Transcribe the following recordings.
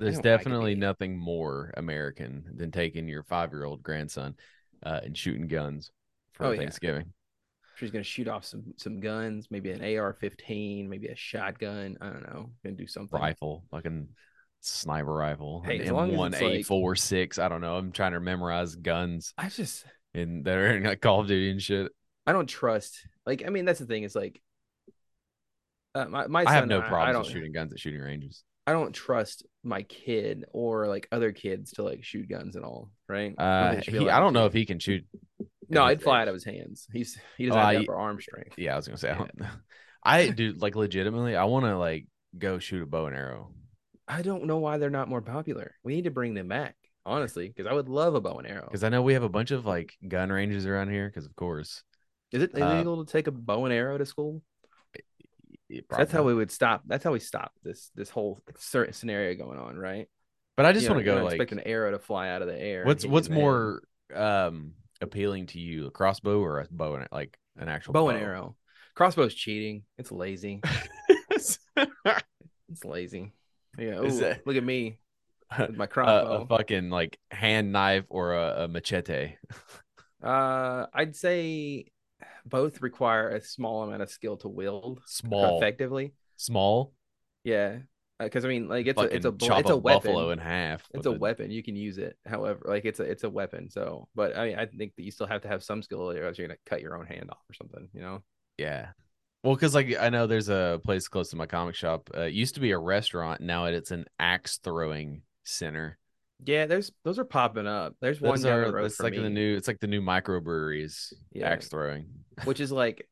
There's don't like definitely me. nothing more American than taking your five year old grandson uh, and shooting guns for Oh, yeah. Thanksgiving. She's gonna shoot off some some guns, maybe an AR-15, maybe a shotgun. I don't know. Gonna do something. Rifle, fucking sniper rifle, Hey, as an long as M1, it's like- A4, 6. I don't know. I'm trying to memorize guns I just and that are in like Call of Duty and shit. I don't trust. Like I mean, that's the thing. Is like uh, my my I have son, no I problems don't with shooting guns at shooting ranges. I don't trust my kid or like other kids to like shoot guns and all. Right? don't Uh, think it should be he, allowed I to don't know shoot. if he can shoot. No, his it'd fly age. out of his hands. He's he doesn't Oh, have the I- upper arm strength. Yeah, I was gonna say, I Yeah. don't know. I do like legitimately, I want to like go shoot a bow and arrow. I don't know why they're not more popular. We need to bring them back, honestly, because I would love a bow and arrow. Because I know we have a bunch of like gun ranges around here. Because of course, Is it uh, illegal to take a bow and arrow to school? it That's how probably- we would stop. That's how we stop this this whole certain scenario going on, right? But I just You know, want to you go don't like expect an arrow to fly out of the air. and what's hit you what's in the head. more um appealing to you, a crossbow or a bow and like an actual bow and arrow? Crossbow's cheating. It's lazy. It's lazy. Yeah. Is ooh, that- Uh, Look at me with my a, a crossbow. fucking like hand knife or a, a machete. uh, I'd say both require a small amount of skill to wield Small, effectively. small. Yeah, because I mean, like it's a it's a fucking bl- chop it's a buffalo weapon. in half. It's with a weapon. You can use it, however, like it's a it's a weapon. So, but I mean, I think that you still have to have some skill, or else you're gonna cut your own hand off or something. You know? Yeah. Well, because like I know there's a place close to my comic shop. Uh, it used to be a restaurant. Now it's an axe throwing center. Yeah, there's those are popping up. There's one Those down are the road that's for like the me, new. It's like the new microbreweries. Yeah. Axe throwing. which is like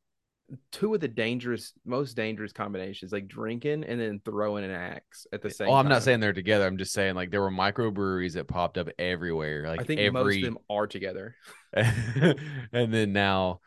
two of the dangerous, most dangerous combinations, like drinking and then throwing an axe at the same. Oh, I'm time. not saying they're together. I'm just saying like there were microbreweries that popped up everywhere. Like I think most every, of them are together. and then now,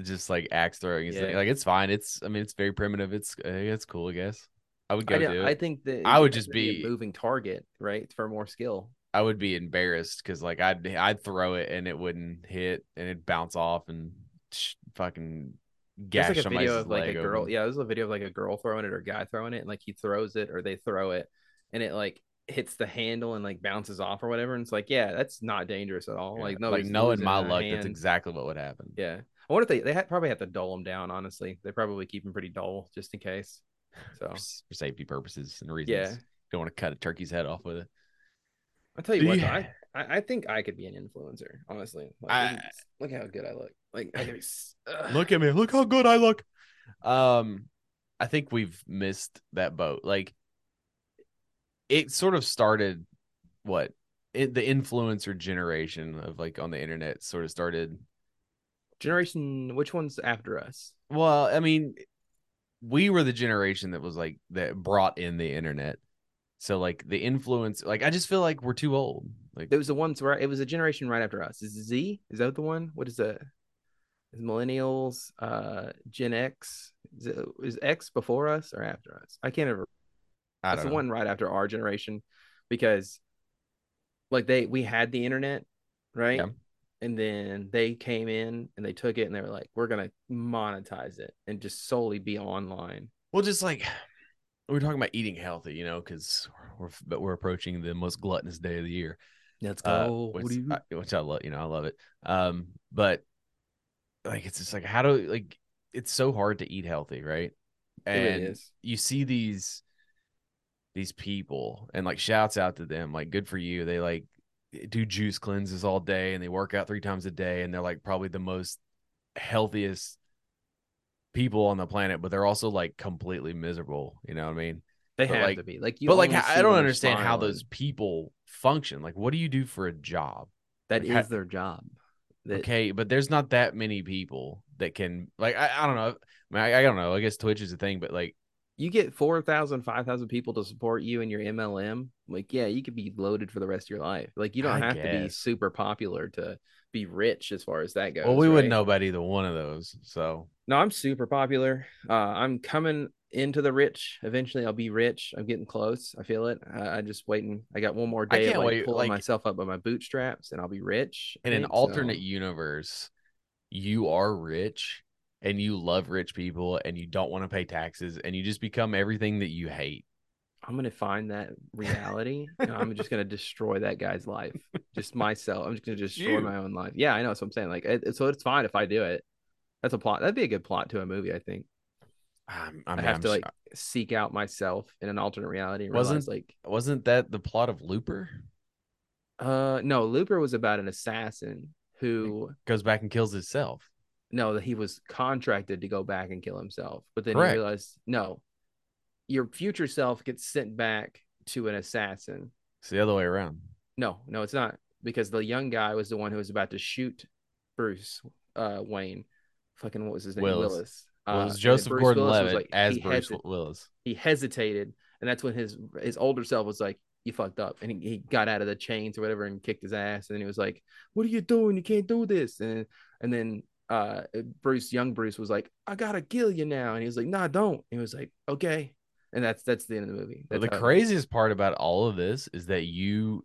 just like axe throwing. Is Yeah. like it's fine. It's I mean it's very primitive. It's uh, it's cool. I guess I would go I, don't- do it. I think that I it would has to just be- a moving target, right, for more skill. I would be embarrassed because like I'd I'd throw it and it wouldn't hit and it'd bounce off and sh- fucking There's gash like a somebody's video of like a leg girl. open. Yeah, there's a video of like a girl throwing it or a guy throwing it, and like he throws it or they throw it, and it like hits the handle and like bounces off or whatever. And it's like, yeah, that's not dangerous at all. Yeah. Like no, like knowing my luck, that's exactly what would happen. yeah. I wonder if they they ha- probably have to dull them down. Honestly, they probably keep them pretty dull just in case. So For, s- for safety purposes and reasons. yeah, Don't want to cut a turkey's head off with it. I'll tell you Do what, you- though, I, I I think I could be an influencer. Honestly, like, I- look at- look how good I look. Like I could be. s- ugh. look at me look how good i look um i think we've missed that boat like it sort of started what it, the influencer generation of like on the internet sort of started generation. Which one's after us? well i mean we were the generation that was like that brought in the internet so like the influence like i just feel like we're too old like It was the ones where it was a generation right after us. Is it Z? Is that the one? What is that? Is millennials, uh, Gen X? Is, it, is X before us or after us? I can't ever. I That's don't the know. one right after our generation, because like they we had the internet, right? Yeah. And then they came in and they took it and they were like, we're gonna monetize it and just solely be online. Well, just like we were talking about eating healthy, you know, because we're but we're approaching the most gluttonous day of the year. Let's uh, which, I, which I love. You know, I love it. Um, but like, it's just like how do like it's so hard to eat healthy, right? it really And is. you see these these people, and like shouts out to them, like good for you. They like do juice cleanses all day, and they work out three times a day, and they're like probably the most healthiest people on the planet, but they're also like completely miserable. You know what I mean? They but, have like- to be like you. but like only I see don't when they're understand how smiling. those people function. Like, what do you do for a job? That is Like, ha- their job. That- okay, but there's not that many people that can like I, I don't know. I, mean, I, I don't know. I guess Twitch is a thing, but like you get 4,000, 5,000 people to support you in your MLM, like, yeah, you could be loaded for the rest of your life. Like, you don't I have to be guess. super popular to be rich as far as that goes. well, we wouldn't right? know about either one of those. So No, I'm super popular. Uh, I'm coming into the rich. Eventually, I'll be rich. I'm getting close. I feel it. I, I just waiting. I got one more I day of can't like wait, pulling like- myself up by my bootstraps, and I'll be rich. I in an think, so. alternate universe, you are rich and you love rich people and you don't want to pay taxes and you just become everything that you hate. I'm gonna find that reality, and I'm just gonna destroy that guy's life. Just myself. I'm just gonna destroy You. my own life. Yeah, I know. So I'm saying like, it, so it's fine if I do it. That's a plot. That'd be a good plot to a movie. I think I'm, I I'd mean, have I'm to s- uh, like seek out myself in an alternate reality. And Wasn't- realize, like wasn't that the plot of Looper? Uh, no, Looper was about an assassin who Goes back and kills itself. no, that he was contracted to go back and kill himself, but then Correct. he realized no, your future self gets sent back to an assassin. It's the other way around. No, no, it's not because the young guy was the one who was about to shoot Bruce uh Wayne, fucking what was his name Willis. Willis. Well, Uh, it was and Joseph Bruce Gordon Willis was Levitt like, as he Bruce hesi- Willis. he hesitated, and that's when his his older self was like, "You fucked up," and he, he got out of the chains or whatever and kicked his ass, and then he was like, "What are you doing? You can't do this," and and then uh Bruce, young Bruce, was like, "I gotta kill you now," and he was like, "Nah, don't," and he was like, "Okay," and that's that's the end of the movie. But That's the how- craziest part about all of this is that you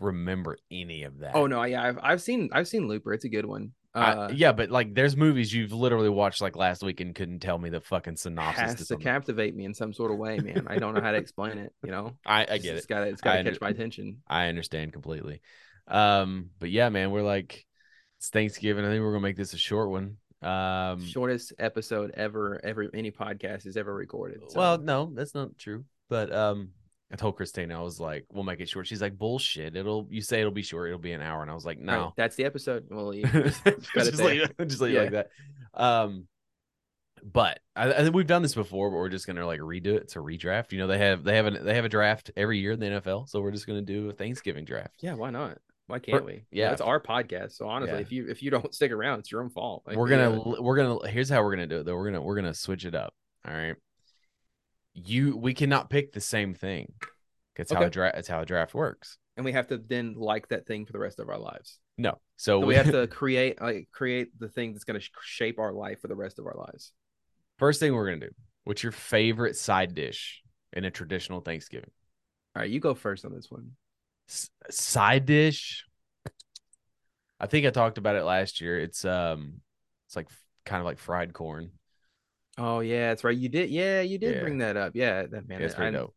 remember any of that. Oh no, yeah, I've I've seen I've seen Looper. It's a good one. I- Uh, yeah, but like there's movies you've literally watched like last week and couldn't tell me the fucking synopsis. has to to something. captivate me in some sort of way, man. I don't know how to explain it. You know, I, I It's- get it. It's got it's got I to under- catch my attention. I understand completely. Um, but yeah, man, we're like it's Thanksgiving. I think we're gonna make this a short one. Um, Shortest episode ever, ever any podcast has ever recorded. so- Well, no, that's not true. But um, I told Christine I was like, "We'll make it short." She's like, "Bullshit! It'll you say it'll be short? It'll be an hour." And I was like, All right, "No." that's the episode. We'll leave. cut it just like, just leave it like that. Um, but I, I think we've done this before, but we're just gonna like redo it to redraft. You know, they have they have an, they have a draft every year in the NFL, so we're just gonna do a Thanksgiving draft. yeah, why not? Why can't we? yeah. it's our podcast. So honestly, Yeah. if you if you don't stick around, it's your own fault. Like, uh, we're yeah. gonna l- we're gonna here's how we're gonna do it though. We're gonna we're gonna switch it up. All right. You we cannot pick the same thing. That's how Okay. a draft that's how a draft works. and we have to then like that thing for the rest of our lives. No. So So we, we have to create like create the thing that's gonna sh- shape our life for the rest of our lives. first thing we're gonna do. What's your favorite side dish in a traditional Thanksgiving? All right, you go first on this one. S- side dish. I think I talked about it last year. It's um it's like kind of like fried corn. Oh yeah, that's right. You did. Yeah, you did Yeah. bring that up. Yeah, that man. Yeah, it's that- pretty I'm- dope.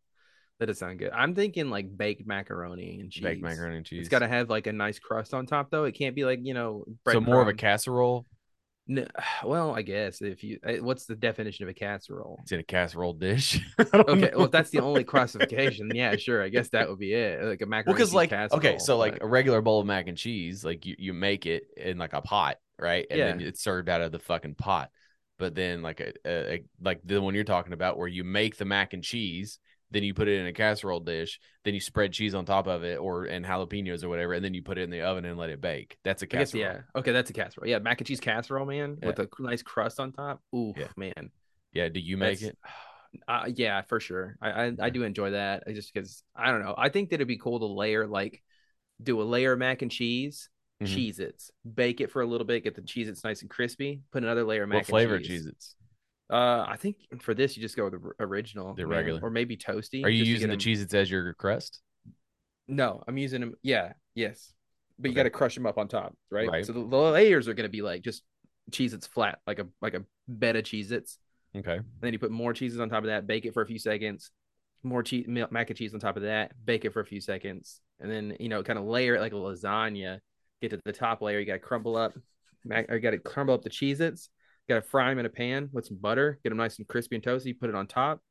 That does sound good. I'm thinking like baked macaroni and cheese. Baked macaroni and cheese. It's got to have like a nice crust on top, though. It can't be like you know. so more of a breadcrumb. casserole. No, well, I guess if you, eh, what's the definition of a casserole? It's in a casserole dish. I don't Okay, know. well, if that's the only classification, yeah, sure. I guess that would be it. Like a macaroni. well because cheese like casserole, okay so like but- a regular bowl of mac and cheese like you, you make it in like a pot right and then Yeah. it's served out of the fucking pot but then like a, a, a- like the one you're talking about where you make the mac and cheese then you put it in a casserole dish then you spread cheese on top of it or and jalapenos or whatever and then you put it in the oven and let it bake that's a I guess casserole yeah. Okay, that's a casserole. Yeah, mac and cheese casserole, man, Yeah. with a nice crust on top. Ooh, Yeah. man. yeah do you make That's- it Uh, yeah, for sure. I, I I Okay. do enjoy that uh, just because I don't know. I think that it'd be cool to layer like do a layer of mac and cheese, Mhm. cheese its, bake it for a little bit, get the cheese its nice and crispy, put another layer of mac what and flavor cheese. cheese it's Uh, I think for this you just go with the r- original, The man, regular. or maybe toasty. are you just to using get the 'em- cheese it's as your crust No, I'm using them. Yeah, yes, but you Okay. got to crush them up on top, right? Right. So the, the layers are gonna be like just cheese its flat, like a like a bed of cheese its. okay And then you put more cheeses on top of that, bake it for a few seconds, more cheese, mac and cheese on top of that, bake it for a few seconds, and then you know, kind of layer it like a lasagna. Get to the top layer, you got to crumble up, mac, or you got to crumble up the Cheez Its, got to fry them in a pan with some butter, get them nice and crispy and toasty, put it on top.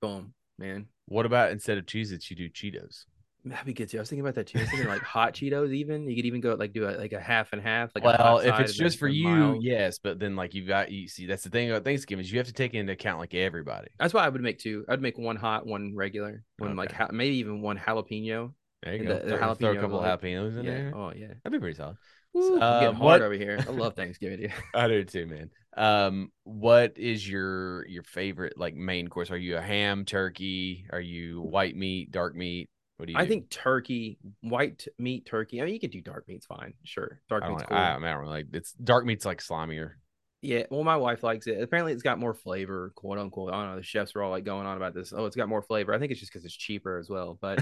Boom, man. what about instead of cheese it's you do cheetos That'd be good too. I was thinking about that too. I was thinking like hot Cheetos, even. You could even go like do a, like a half and half. Like a hot well, if side it's and then just for a you, mild. yes. But then, like, you got you see that's the thing about Thanksgiving is you have to take into account like everybody. That's why I would make two. I'd make one hot, one regular, one like Okay. ha- maybe even one jalapeno, There you And go. the- the throw, throw a jalapeno couple like- jalapenos in yeah. there. Oh yeah. That'd be pretty solid. Woo, I'm Uh, getting what- hard over here. I love Thanksgiving. dude. I do too, man. Um, what is your your favorite like main course? Are you a ham, turkey? Are you white meat, dark meat? What do you? I do? think turkey, white t- meat turkey. I mean, you could do dark meat's fine. Sure, dark I don't, meat's like, cool. I, I mean, I don't really like it's dark meat's like slimier. Yeah, well, my wife likes it. Apparently, it's got more flavor, quote unquote. I don't know. The chefs were all like going on about this. Oh, it's got more flavor. I think it's just because it's cheaper as well. But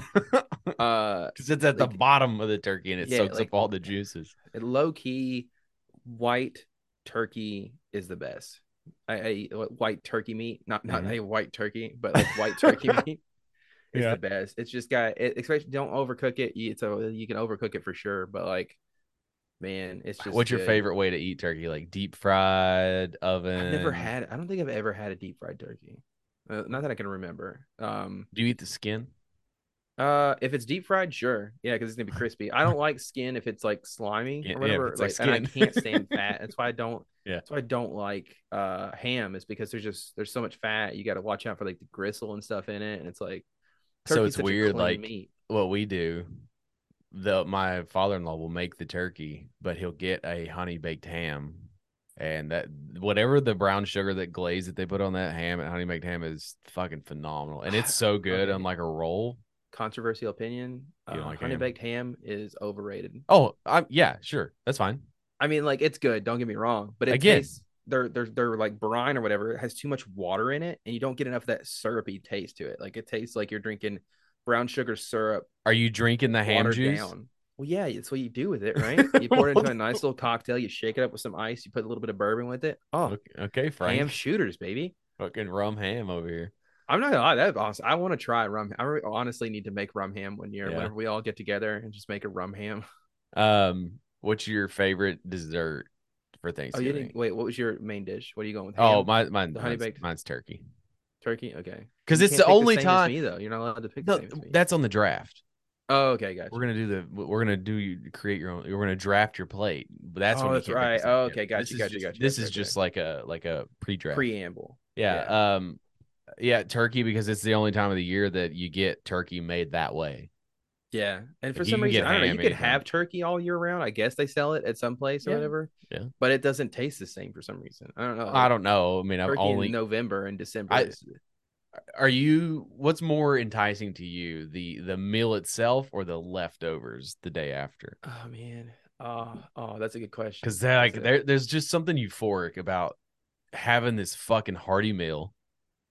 uh, Because it's at the Like- bottom of the turkey and it Yeah, soaks like- up all the juices. low key, white turkey is the best. I, I white turkey meat, not not Mhm. a white turkey, but like white turkey meat is Yeah. the best. It's just got it. Especially don't overcook it. You- It's a you can overcook it for sure, but like, man, it's just. What's your good. favorite way to eat turkey? Like deep fried oven. I've never had. I don't think I've ever had a deep fried turkey. Uh, not that I can remember. Um, Do you eat the skin? uh, if it's deep fried, sure, yeah, because it's gonna be crispy. I don't like skin if it's like slimy Yeah, yeah, if or whatever. it's, like, and I skin. can't stand fat. That's why I don't. Yeah. That's why I don't like uh ham. Is because there's just there's so much fat. You got to watch out for like the gristle and stuff in it, and it's like. So turkey's it's such a weird, clean like- meat. What we do, the my father in law will make the turkey, but he'll get a honey baked ham, and that whatever the brown sugar that glaze that they put on that ham and honey baked ham is fucking phenomenal, and it's so good Okay. on like a roll. Controversial opinion. You don't Uh, like honey ham? baked ham is overrated. Oh, I, yeah, sure, that's fine. I mean, like it's good. Don't get me wrong, but it Again. tastes their their their like brine or whatever. It has too much water in it, and you don't get enough of that syrupy taste to it. Like it tastes like you're drinking brown sugar syrup Are you drinking the ham watered juice? down. Well, yeah, that's what you do with it, right? You pour it into a nice little cocktail. You shake it up with some ice. You put a little bit of bourbon with it. Oh, Okay, okay, Frank. ham shooters, baby! fucking rum ham over here. I'm not gonna lie, that's awesome. I want to try rum. I re- honestly need to make rum ham one year. Yeah. Whenever we all get together and just make a rum ham. Um, what's your favorite dessert for Oh, you Thanksgiving? didn't wait. What was your main dish? What are you going with? Oh, ham? my, mine, The honey mine's, baked- mine's turkey. turkey. Okay. Because You it's can't the pick only same as time. me though. You're not allowed to pick. No, the same as me. that's on the draft. oh, okay, gotcha. We're gonna do the. We're gonna do. You create your own. We're gonna draft your plate. But that's Oh, when you that's can't pick the right. same Oh, yet. okay, gotcha, This is gotcha, just- gotcha, This gotcha, is okay. just like a like a pre-draft. Preamble. yeah, Um. Yeah, turkey because it's the only time of the year that you get turkey made that way. Yeah, and for Like, you some can reason, get I don't know. ham You can anytime. have turkey all year round. I guess they sell it at some place or Yeah. whatever. Yeah. But it doesn't taste the same for some reason. I don't know. I don't know. I mean, I've Oh, Turkey only. in November and December. I- is- Are you? What's more enticing to you, the the meal itself or the leftovers the day after? oh man. Oh, oh, that's a good question. Because like That's it. there, there's just something euphoric about having this fucking hearty meal,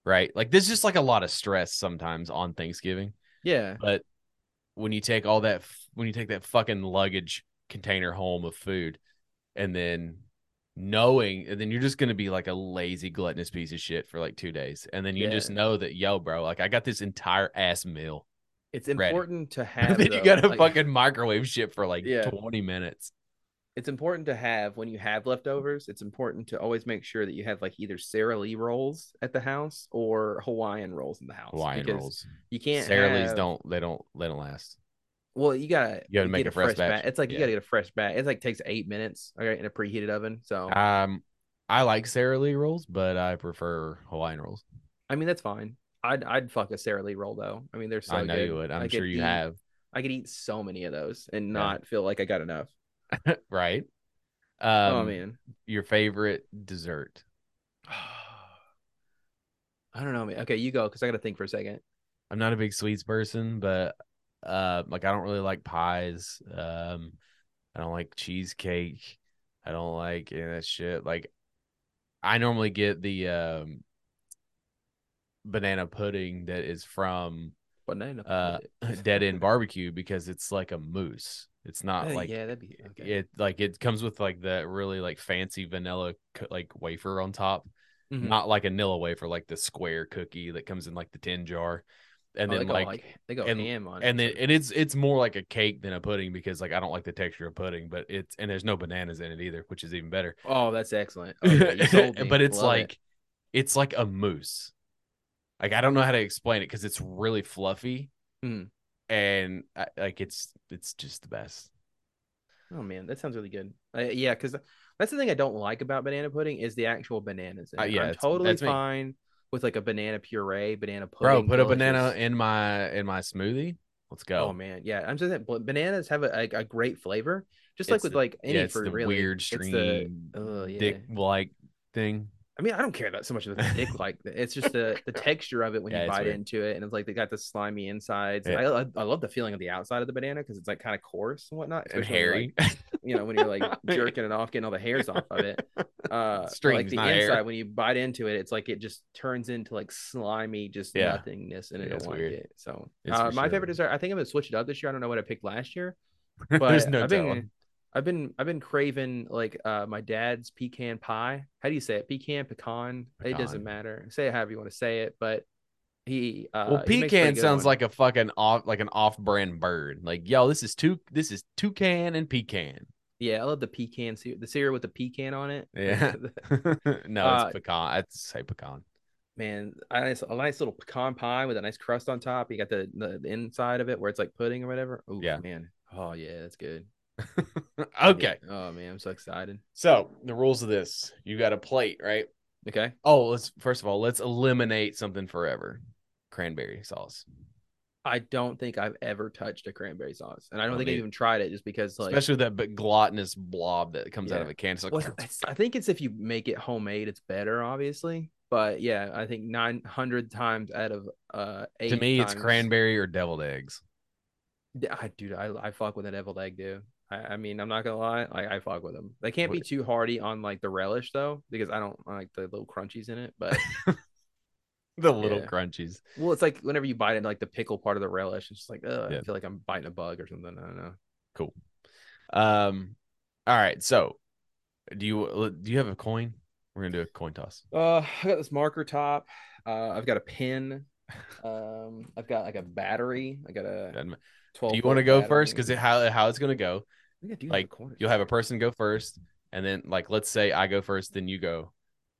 right? Like there's just like a lot of stress sometimes on Thanksgiving, yeah, but when you take all that, f- when you take that fucking luggage container home of food, and then knowing, and then you're just gonna be like a lazy gluttonous piece of shit for like two days, and then you just Yeah. know that yo, bro, like I got this entire ass meal, it's ready. important to have. and then though, you gotta like- fucking microwave shit for like Yeah. 20 minutes. it's important to have when you have leftovers. It's important to always make sure that you have like either Sara Lee rolls at the house or Hawaiian rolls in the house. Hawaiian because rolls, You can't. Sara Lee's have- don't they don't they don't last. Well, you gotta You gotta make get a fresh batch. It's like Yeah. you gotta get a fresh batch. It's like takes eight minutes. Okay, in a preheated oven. So Um, I like Sara Lee rolls, but I prefer Hawaiian rolls. I mean that's fine. I'd I'd fuck a Sara Lee roll though. I mean they're so I know good. you would. I I'm could sure you eat- have. I could eat so many of those and Yeah. not feel like I got enough. right? Um, oh man, your favorite dessert? I don't know, man. Okay, you go because I gotta think for a second. I'm not a big sweets person, but uh, like I don't really like pies. Um, I don't like cheesecake. I don't like any of that shit. Like, I normally get the um banana pudding that is from Banana. Uh, pudding. Dead End Barbecue because it's like a mousse. It's not Oh, like yeah, that'd be okay. it like it comes with like the really like fancy vanilla co- like wafer on top Mhm. not like a vanilla wafer like the square cookie that comes in like the tin jar and Oh, then they go, like, they go and- ham on it. and then and it's it's more like a cake than a pudding because like i don't like the texture of pudding but it's and there's no bananas in it either which is even better oh, that's excellent. Oh, yeah, you sold me. but it's Love it. like it's like a mousse like i don't know how to explain it because it's really fluffy Mhm. and I, like it's it's just the best Oh man, that sounds really good. Uh, yeah, because that's the thing I don't like about banana pudding is the actual bananas. In Uh, it. yeah, I'm it's- totally that's me. fine with like a banana puree, banana pudding. bro put a delicious. banana in my in my smoothie Let's go. Oh man, yeah. I'm just saying, bananas have a, a, a great flavor, just like It's with the- like any yeah, it's fruit. the really, weird It's the- stream, oh, yeah. dick like thing. I mean, I don't care that so much of the dick like that. It's just the the texture of it when Yeah, you it's bite weird. into it, and it's like they got the slimy insides. And I, I love the feeling of the outside of the banana because it's like kind of coarse and whatnot. And especially when, hairy. like, you know, when you're like jerking it off, getting all the hairs off of it. Uh, but, like Strings, the not hair. inside when you bite into it, it's like it just turns into like slimy, just Yeah. nothingness, and I Yeah, don't it's like weird. it. So, It's uh, for my sure. favorite dessert. I think I'm gonna switch it up this year. I don't know what I picked last year, but There's no I've telling. been, I've been, I've been craving like uh, my dad's pecan pie. How do you say it? Pecan, pecan. It doesn't Pecan. matter. Say it however you want to say it, but he. Uh, Well, he makes pretty pecan good sounds ones. like a fucking off, like an off-brand bird. Like, yo, this is two, this is toucan and pecan. Yeah, I love the pecan cereal, the cereal with the pecan on it. Yeah. no, Uh, it's pecan. I'd say pecan. Man, a nice, a nice little pecan pie with a nice crust on top. You got the, the, the inside of it where it's like pudding or whatever. Oh Yeah. man. Oh yeah, that's good. Yeah. okay, Oh man, I'm so excited. so the rules of this: you got a plate, right? Okay. Oh, let's first of all let's eliminate something forever. Cranberry sauce, I don't think I've ever touched a cranberry sauce, and I don't Well, think I me- even tried it just because like. especially that big gluttonous blob that comes out of Yeah. a can. It's like, Well, it's- I think it's if you make it homemade, it's better, obviously. But yeah, I think 900 times out of uh, eight to me, it's times- cranberry or deviled eggs. D- I dude, I I fuck with a deviled egg, dude. I, I mean, I'm not gonna lie, like I fuck with them. They can't be What- too hardy on like the relish though, because I don't like the little crunchies in it. But The little Yeah. crunchies. well, it's like whenever you bite into like the pickle part of the relish, it's just like, ugh, I Yeah. feel like I'm biting a bug or something. I don't know. Um, all right. So, do you uh, do you have a coin? We're gonna do a coin toss. Uh, I got this marker top. Uh, I've got a pin. Um, I've got like a battery. I got a Doesn't- 12. Do you want to go first? Because how how it's gonna go? like, You'll have a person go first, and then like let's say I go first, then you go.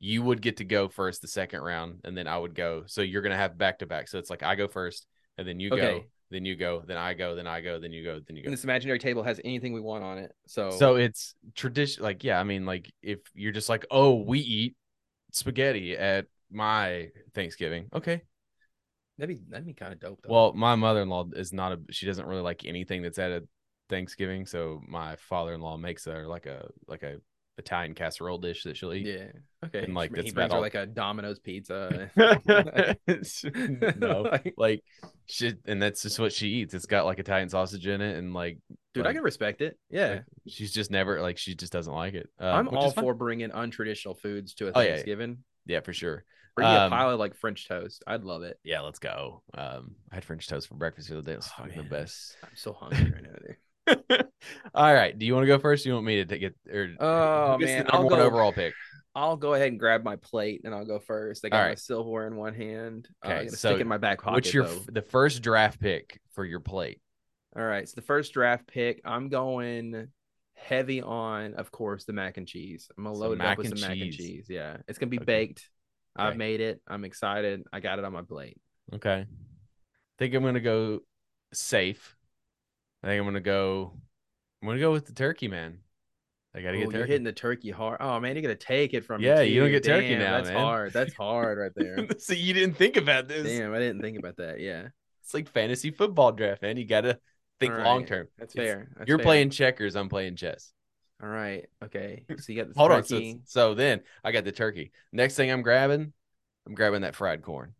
You would get to go first the second round, and then I would go. So you're gonna have back to back. So it's like I go first, and then you go, Okay. then you go, then I go, then I go, then you go, then you And go. this imaginary table has anything we want on it. So So it's tradition. Like yeah, I mean like if you're just like oh we eat spaghetti at my Thanksgiving, okay, that'd be that'd be kind of dope. Though. Well, my mother in law is not a she doesn't really like anything that's at a Thanksgiving, so my father in law makes her like a like a Italian casserole dish that she'll eat. Yeah. Okay. And, like, He that's brings about her all- like a Domino's pizza. no, Like, like shit, and that's just what she eats. It's got like Italian sausage in it, and like dude, I Like- can respect it. Yeah. like, she's just never like she just doesn't like it. Uh, I'm which is all fine. for bringing untraditional foods to a Oh, yeah, yeah. Thanksgiving. yeah for sure. Bring me a Um, pile of like French toast. I'd love it. Yeah, let's go. Um, I had French toast for breakfast the other day. It was Oh, fucking man, the best. I'm so hungry right now. Dude. all right, do you want to go first? Or you want me to take it? Or Oh, who gets the man, number I'll one go- overall pick. I'll go ahead and grab my plate and I'll go first. I got my Alright. silverware in one hand. Uh, I Okay, got to so stick it in my back pocket. What's your though. f- the first draft pick for your plate? All right. So the first draft pick, I'm going heavy on, of course, the mac and cheese. I'm gonna Some load it up mac with some and mac and cheese. cheese. Yeah, it's gonna be Okay. baked. I've Right. made it. I'm excited. I got it on my plate. Okay. I think I'm gonna go safe. I think I'm gonna go. I'm gonna go with the turkey, man. I gotta Ooh, get you're turkey. hitting the turkey hard. Oh man, you're gonna take it from me, Yeah, you don't too. get turkey Damn, now, That's man. hard. That's hard right there. so you didn't think about this. Damn, I didn't think about that. Yeah, It's like fantasy football draft, man. You gotta think All long right. term. that's It's- fair. That's You're fair. playing checkers. I'm playing chess. All right. Okay. So you got the Hold on. So, turkey. it's- so then I got the turkey. Next thing I'm grabbing, I'm grabbing that fried corn.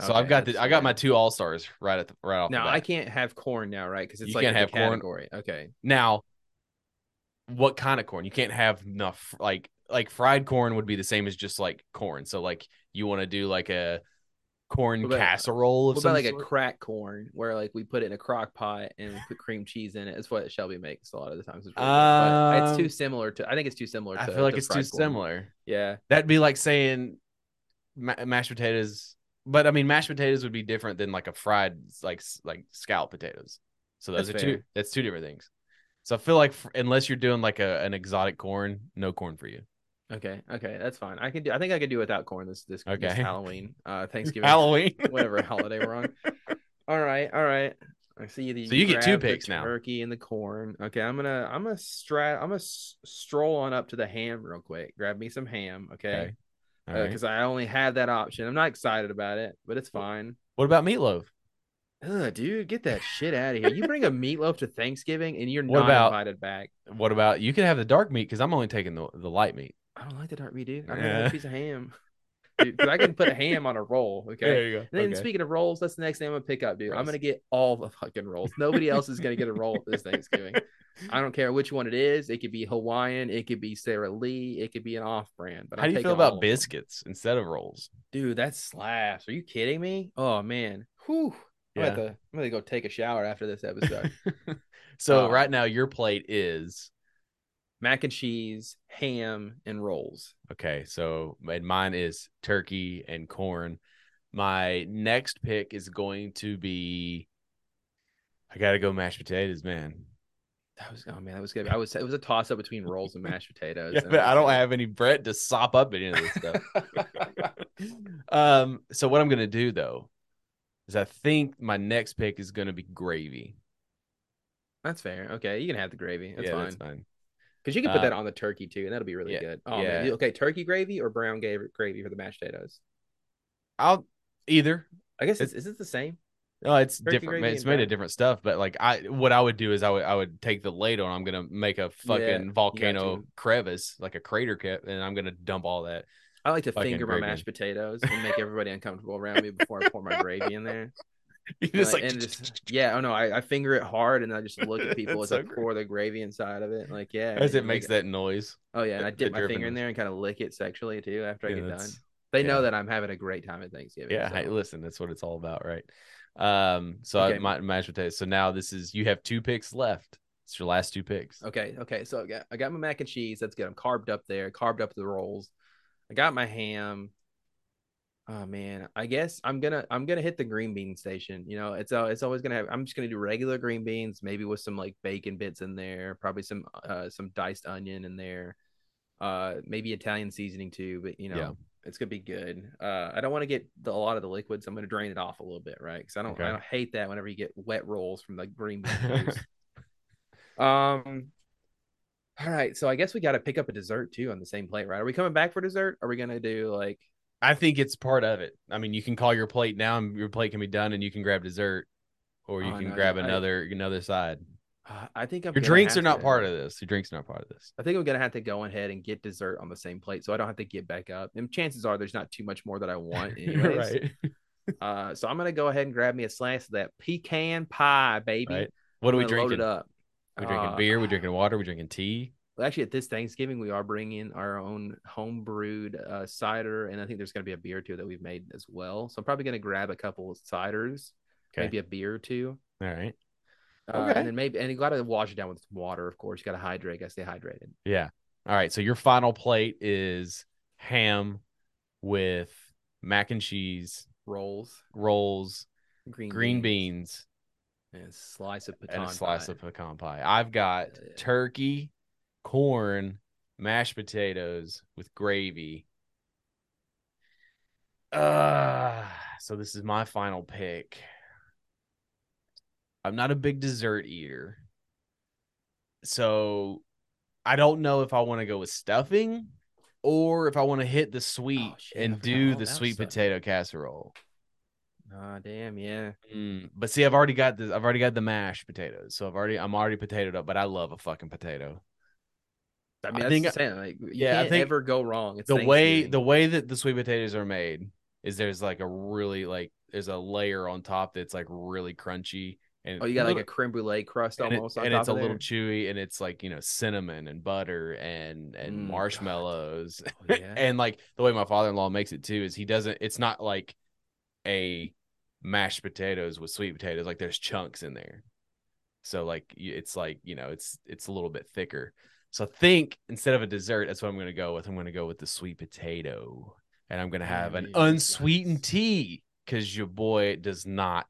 So I've Okay, got the that's I got my fair. two all stars right at the, right off. the Now bat. I can't have corn now, right? Because it's You like can't in the have corn. category. Okay. Now, what kind of corn? You can't have enough like like fried corn would be the same as just like corn. So like you want to do like a corn What about- casserole of What about some like a sort? crack corn where like we put it in a crock pot and we put cream cheese in it? That's what Shelby makes a lot of the times. It's, really good, but it's too Um, similar to. I think it's too similar. To, I feel like to it's too fried corn. similar. Yeah, That'd be like saying ma- mashed potatoes, but I mean mashed potatoes would be different than like a fried like s- like scallop potatoes. So those That's are two. fair. That's two different things. So I feel like f- unless you're doing like a an exotic corn, no corn for you. okay, okay, that's fine. I can do. I think I could do without corn this this, this Okay. Halloween, uh, Thanksgiving, Halloween. whatever holiday we're on. All right, all right. I see the. So you get two grab the picks now. Turkey and the corn. Okay, I'm gonna I'm gonna stra- I'm gonna s- stroll on up to the ham real quick. Grab me some ham. Okay. Uh, Okay. All right. Because I only have that option. I'm not excited about it, but it's fine. What about meatloaf? Ugh, dude, get that shit out of here. You bring a meatloaf to Thanksgiving and you're What not about- invited back. What about you could have the dark meat because I'm only taking the, the light meat. I don't like the dark meat, dude. I'm Yeah. a piece of ham. Dude, 'cause I can put a ham on a roll. Okay. you go. And then Okay. speaking of rolls, that's the next thing I'm gonna pick up, dude. I'm Rolls. gonna get all the fucking rolls. Nobody else is gonna get a roll this Thanksgiving. I don't care which one it is. It could be Hawaiian, it could be Sarah Lee, it could be an off-brand. But How I'm do you taking feel all about of them. biscuits instead of rolls? Dude, that slaps. Are you kidding me? Oh man. Whew. I'm, Yeah. gonna have to- I'm gonna go take a shower after this episode. So Uh, right now your plate is Mac and cheese, ham, and rolls. okay. So and mine is turkey and corn. My next pick is going to be. I gotta go mashed potatoes, man. That was oh man, that was good. I was it was a toss up between rolls and mashed potatoes. Yeah, and but was I don't like- have any bread to sop up any of this stuff. um, so what I'm gonna do though is I think my next pick is gonna be gravy. That's fair. Okay, you can have the gravy. That's yeah, fine. that's fine. Because you can put that Uh, on the turkey too, and that'll be really yeah, good. Oh, man. yeah. Okay, turkey gravy or brown ga- gravy for the mashed potatoes? I'll either. I guess it's, It's- is it the same? Oh, it's Turkey different. gravy man. It's and made brown. of different stuff, but like I, what I would do is I would I would take the ladle and I'm gonna make a fucking volcano to. crevice, like a crater cap, and I'm gonna dump all that. I like to Fucking finger gravy. my mashed potatoes and make everybody uncomfortable around me before I pour my gravy in there. You And, just like, like, and just yeah, oh no, I, I finger it hard and I just look at people as That's so I great. pour the gravy inside of it. Like yeah, as and it make makes that noise. Oh yeah, and the- I dip the my dripping finger in noise. there and kind of lick it sexually too after I Yeah, get done. that's- They yeah. know that I'm having a great time at Thanksgiving. Yeah, so- hey, listen, that's what it's all about, right? Um, so I, Okay. my mashed potatoes. So now this is you have two picks left. It's your last two picks. Okay, okay. So I got, I got my mac and cheese. That's good. I'm carved up there, carved up the rolls. I got my ham. Oh man, I guess I'm gonna I'm gonna hit the green bean station. You know, it's al- it's always gonna have. I'm just gonna do regular green beans, maybe with some like bacon bits in there, probably some uh some diced onion in there, uh maybe Italian seasoning too. But you know, Yeah. it's gonna be good. Uh, I don't want to get the, a lot of the liquids. I'm gonna drain it off a little bit, right? Because I don't Okay. I don't hate that whenever you get wet rolls from the green bean juice. Um. All right, so I guess we got to pick up a dessert too on the same plate, right? Are we coming back for dessert? Are we gonna do like? I think it's part of it. I mean, you can call your plate now, and your plate can be done, and you can grab dessert, or you Oh, can no, grab dude, I- another another side. Uh, I think I'm. Your gonna drinks have are not to- part of this. Your drinks are not part of this. I think I'm gonna have to go ahead and get dessert on the same plate, so I don't have to get back up. And chances are, there's not too much more that I want, anyways. right. Uh, so I'm gonna go ahead and grab me a slice of that pecan pie, baby. Right. What are I'm we gonna load it drinking? up. we drinking Uh, beer. we drinking water. we drinking tea. Well, actually, at this Thanksgiving, we are bringing our own home brewed uh, cider, and I think there's going to be a beer or two that we've made as well. So I'm probably going to grab a couple of ciders, Okay. maybe a beer or two, All right. uh, Okay. and then maybe and you got to wash it down with some water, of course. You got to hydrate. Got to stay hydrated. Yeah. All right. So your final plate is ham with mac and cheese, Rolls, rolls, green green beans, and a slice of pecan and a slice pie. of pecan pie. I've got Yeah. turkey, corn, mashed potatoes with gravy. Uh, so this is my final pick. I'm not a big dessert eater. So I don't know if I want to go with stuffing or if I want to hit the sweet Oh, shit, I and forgot do all the about sweet stuffing. potato casserole. Ah, damn, yeah. Mm, but see, I've already got this. I've already got the mashed potatoes, so I've already I'm already potatoed up. But I love a fucking potato. I I mean, that's think- the same. Like, you yeah, I can't think ever go wrong. It's The way Thanksgiving. the way that the sweet potatoes are made is there's like a really like there's a layer on top that's like really crunchy and oh, you got like a little- creme brulee crust and, it- almost, on and top it's a of little there. chewy and it's like you know cinnamon and butter and Mm, and God. marshmallows Oh, yeah. and like the way my father-in-law makes it too is he doesn't it's not like a mashed potatoes with sweet potatoes like there's chunks in there so like y- it's like you know it's it's a little bit thicker so I think instead of a dessert that's what i'm going to go with i'm going to go with the sweet potato and i'm going to have an Very unsweetened nice. tea because your boy does not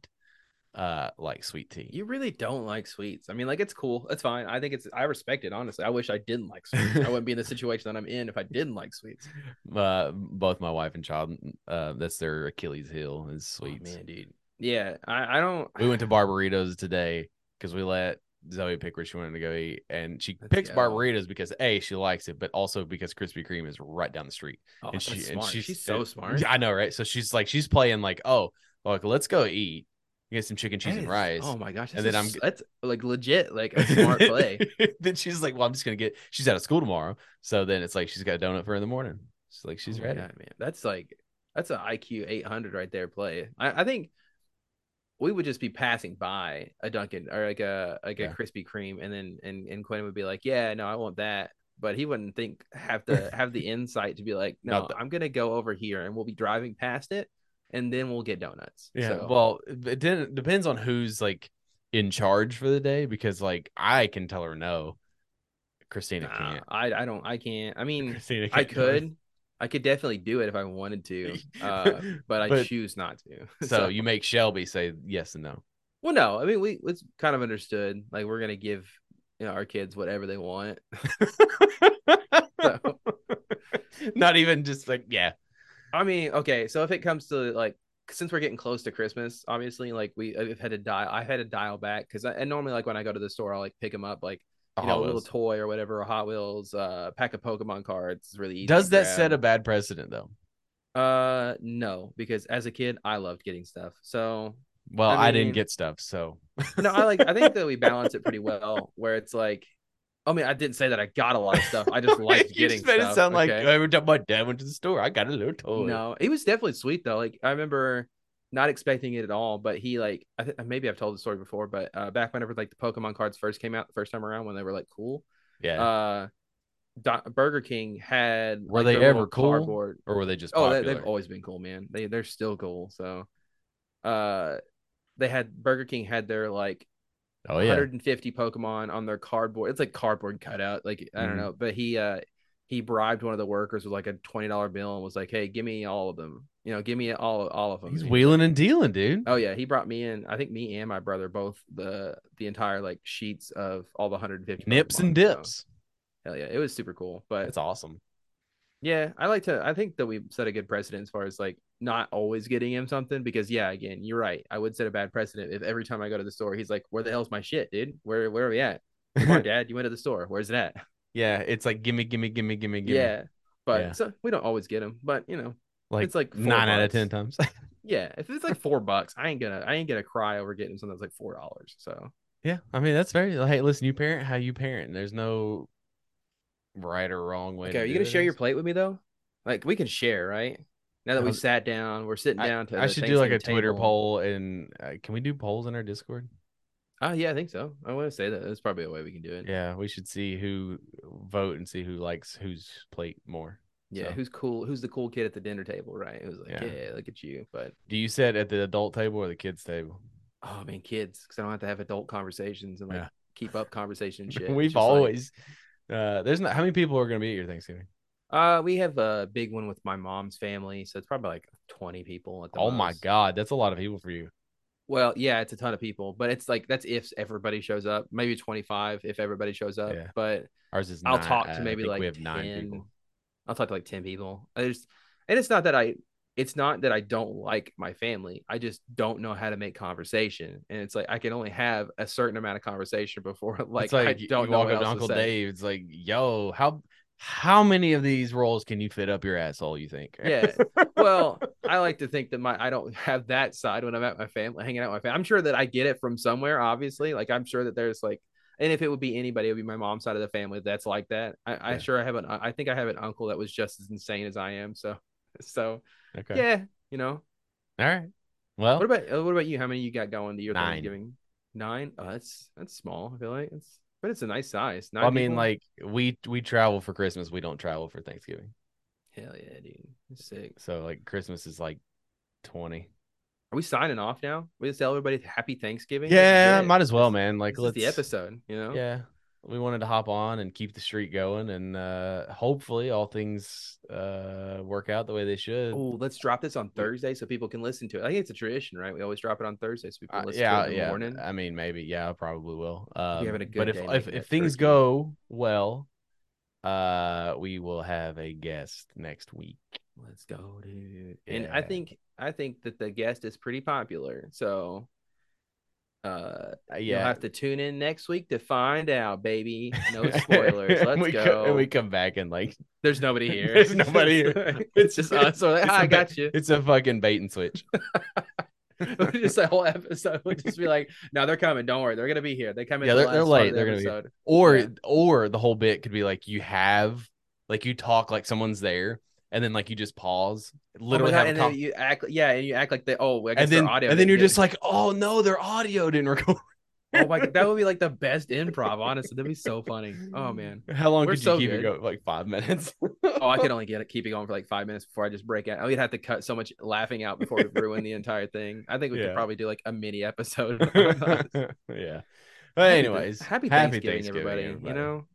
uh like sweet tea You really don't like sweets. I mean, like it's cool. It's fine. I think it's I respect it honestly. I wish I didn't like sweets. I wouldn't be in the situation that I'm in if I didn't like sweets. uh, both my wife and child uh that's their achilles heel is Oh, sweets man, dude. Yeah, I, I don't. We went to Barbaritos today because we let Zoe pick where she wanted to go eat, and she Let's picks go. Barbaritos because a she likes it, but also because Krispy Kreme is right down the street. Oh, and that's she- and smart. she's- uh, She's, so and- smart. Yeah, I know, right? So she's like, she's playing like, oh, like let's go eat. You get some chicken, cheese, and That is- rice. Oh my gosh, And and then then i I'm- that's like legit, like a smart play. then she's like, "Well, I'm just gonna get." She's out of school tomorrow, so then it's like she's got a donut for her in the morning. She's like, "She's Oh my ready." God, man. That's like that's an IQ 800 right there. Play. I, I think we would just be passing by a Dunkin' or like a like Yeah. a Krispy Kreme, and then and and Quinn would be like, "Yeah, no, I want that." But he wouldn't think have to have the insight to be like, Not "No, the- I'm gonna go over here, and we'll be driving past it, and then we'll get donuts." Yeah. So- Well, it didn't, depends on who's like in charge for the day because like I can tell her no. Christina Nah, can't. I I don't I can't. I mean, Christina I can't tell her. could. I could definitely do it if I wanted to, uh, but I But- choose not to. so, you make Shelby say yes and no. Well, no, I mean we it's kind of understood. Like we're gonna give you know, our kids whatever they want. So, Not even just like yeah. I mean, okay, so if it comes to like since we're getting close to Christmas, obviously, like we I've had to dial I've had to dial back because I and normally like when I go to the store, I'll like pick them up like The you know a Hot little Wheels. toy or whatever, a Hot Wheels, uh, pack of Pokemon cards. It's really easy. Does to that grab. set a bad precedent though? Uh, no, because as a kid, I loved getting stuff. So Well, I, I didn't mean- get stuff, so no, I like. I think that we balance it pretty well. Where it's like, I mean, I didn't say that I got a lot of stuff. I just liked you getting just made stuff. it sound like okay? every time my dad went to the store, I got a little toy. no, he was definitely sweet though. Like I remember not expecting it at all, but he like I th- maybe I've told the story before, but uh, back whenever like the Pokemon cards first came out the first time around when they were like cool, Yeah. uh, Do- Burger King had Were like, they their little ever cool? cardboard. or were they just Oh, popular? they, they've always been cool, man. They they're still cool. So, uh, they had Burger King had their like oh yeah. 150 Pokemon on their cardboard. It's like cardboard cutout. Like I Mhm. don't know, but he uh he bribed one of the workers with like a twenty dollar bill and was like, "Hey, give me all of them. You know, give me all all of them." He's wheeling and dealing, dude. Oh yeah, he brought me in. I think me and my brother both the the entire like sheets of all the 150 Nips and Pokemon, so, dips. hell yeah, it was super cool. But That's awesome. yeah, I like to. I think that we set a good precedent as far as like not always getting him something because yeah, again, you're right. I would set a bad precedent if every time I go to the store, he's like, "Where the hell's my shit, dude? Where where are we at? Come on, Dad, you went to the store. Where's it at? yeah, it's like gimme, gimme, gimme, gimme, gimme. yeah, but Yeah. So, we don't always get them. But you know, like it's like four nine out of bucks. ten times. yeah, if it's like four bucks, I ain't gonna I ain't gonna cry over getting something that's like four dollars. So yeah, I mean that's very. Hey, listen, you parent how you parent. There's no right or wrong way. okay, to are you do gonna it, share I your guess. plate with me though? Like we can share, right? Now that Um, we've sat down, we're sitting down to. I the should do like a Thanksgiving Twitter table. poll, and uh, can we do polls in our Discord? Oh yeah, I think so. I want to say that. That's probably a way we can do it. Yeah, we should see who vote and see who likes whose plate more. Yeah, So- who's cool? Who's the cool kid at the dinner table, right? It was like, Yeah. yeah, look at you. But Do you sit at the adult table or the kids table? oh man, kids, because I don't have to have adult conversations and like Yeah. keep up conversation and shit. It's We've just like- always. uh, there's not how many people are going to be at your Thanksgiving. uh, we have a big one with my mom's family, so it's probably like twenty people at the. Oh my most. god, that's a lot of people for you. Well, yeah, it's a ton of people, but it's like that's if everybody shows up. Maybe twenty five if everybody shows up. Yeah. But Ours is. I'll nine. uh, talk I to maybe think like we have 10, nine people. I'll talk to like ten people. I just, and it's not that I, it's not that I don't like my family. I just don't know how to make conversation, and it's like I can only have a certain amount of conversation before like, It's like I you- don't you know walk what up to else Uncle to say. Dave. It's like, yo, how how many of these rolls can you fit up your asshole? You think? Yeah. Well, I like to think that my I don't have that side when I'm at my family, hanging out with my family. I'm sure that I get it from somewhere. Obviously, like I'm sure that there's like, and if it would be anybody, it would be my mom's side of the family that's like that. I, Yeah. I sure I have an I think I have an uncle that was just as insane as I am. So, so okay. yeah, you know. All right. Well, What about uh, what about you? How many you got going to your Nine. Thanksgiving? Nine. Oh, that's that's small. I feel like it's, but it's a nice size. Nine I mean, people? like we we travel for Christmas. We don't travel for Thanksgiving. hell yeah, dude, That's sick. So like Christmas is like twenty. Are we signing off now? We just tell everybody happy Thanksgiving. This is Yeah, it. might as well, This- man. Like this is let's the episode. You know. Yeah. We wanted to hop on and keep the streak going and uh hopefully all things uh work out the way they should. Oh, let's drop this on Thursday so people can listen to it. I think it's a tradition, right? We always drop it on Thursday so people Uh, can listen to yeah, it in the yeah. morning. I mean, maybe. Yeah, I probably will. Um, having a but good if day if, making if that things turkey. go well, uh, we will have a guest next week. Let's go, dude. And I Yeah. think I think that the guest is pretty popular. So uh Uh, you'll yeah. have to tune in next week to find out, baby. No spoilers. And Let's we co- go. and we come back and like There's nobody here. There's nobody here. it's just us. We're like, It's "Hi, I a ba- got you. it's a fucking bait and switch. just the whole episode would just be like, no, they're coming. Don't worry, they're gonna be here. They come in. Yeah, the they're- they're last part of late, the they're gonna be- episode. or Yeah. or the whole bit could be like you have like you talk like someone's there and then like you just pause literally oh my God, have a and con- then you act, yeah, and you act like they. Oh, I guess and then, their audio. and then you're didn't just like oh no their audio didn't record get it." oh my God, that would be like the best improv. Honestly, that'd be so funny. Oh man. how long We're could you so keep it good. going like five minutes Oh, I could only get it, keep it going for like five minutes before I just break out. I would have to cut so much laughing out before we ruin the entire thing. I think we Yeah. could probably do like a mini episode. yeah but anyways happy, happy Thanksgiving, everybody. You know,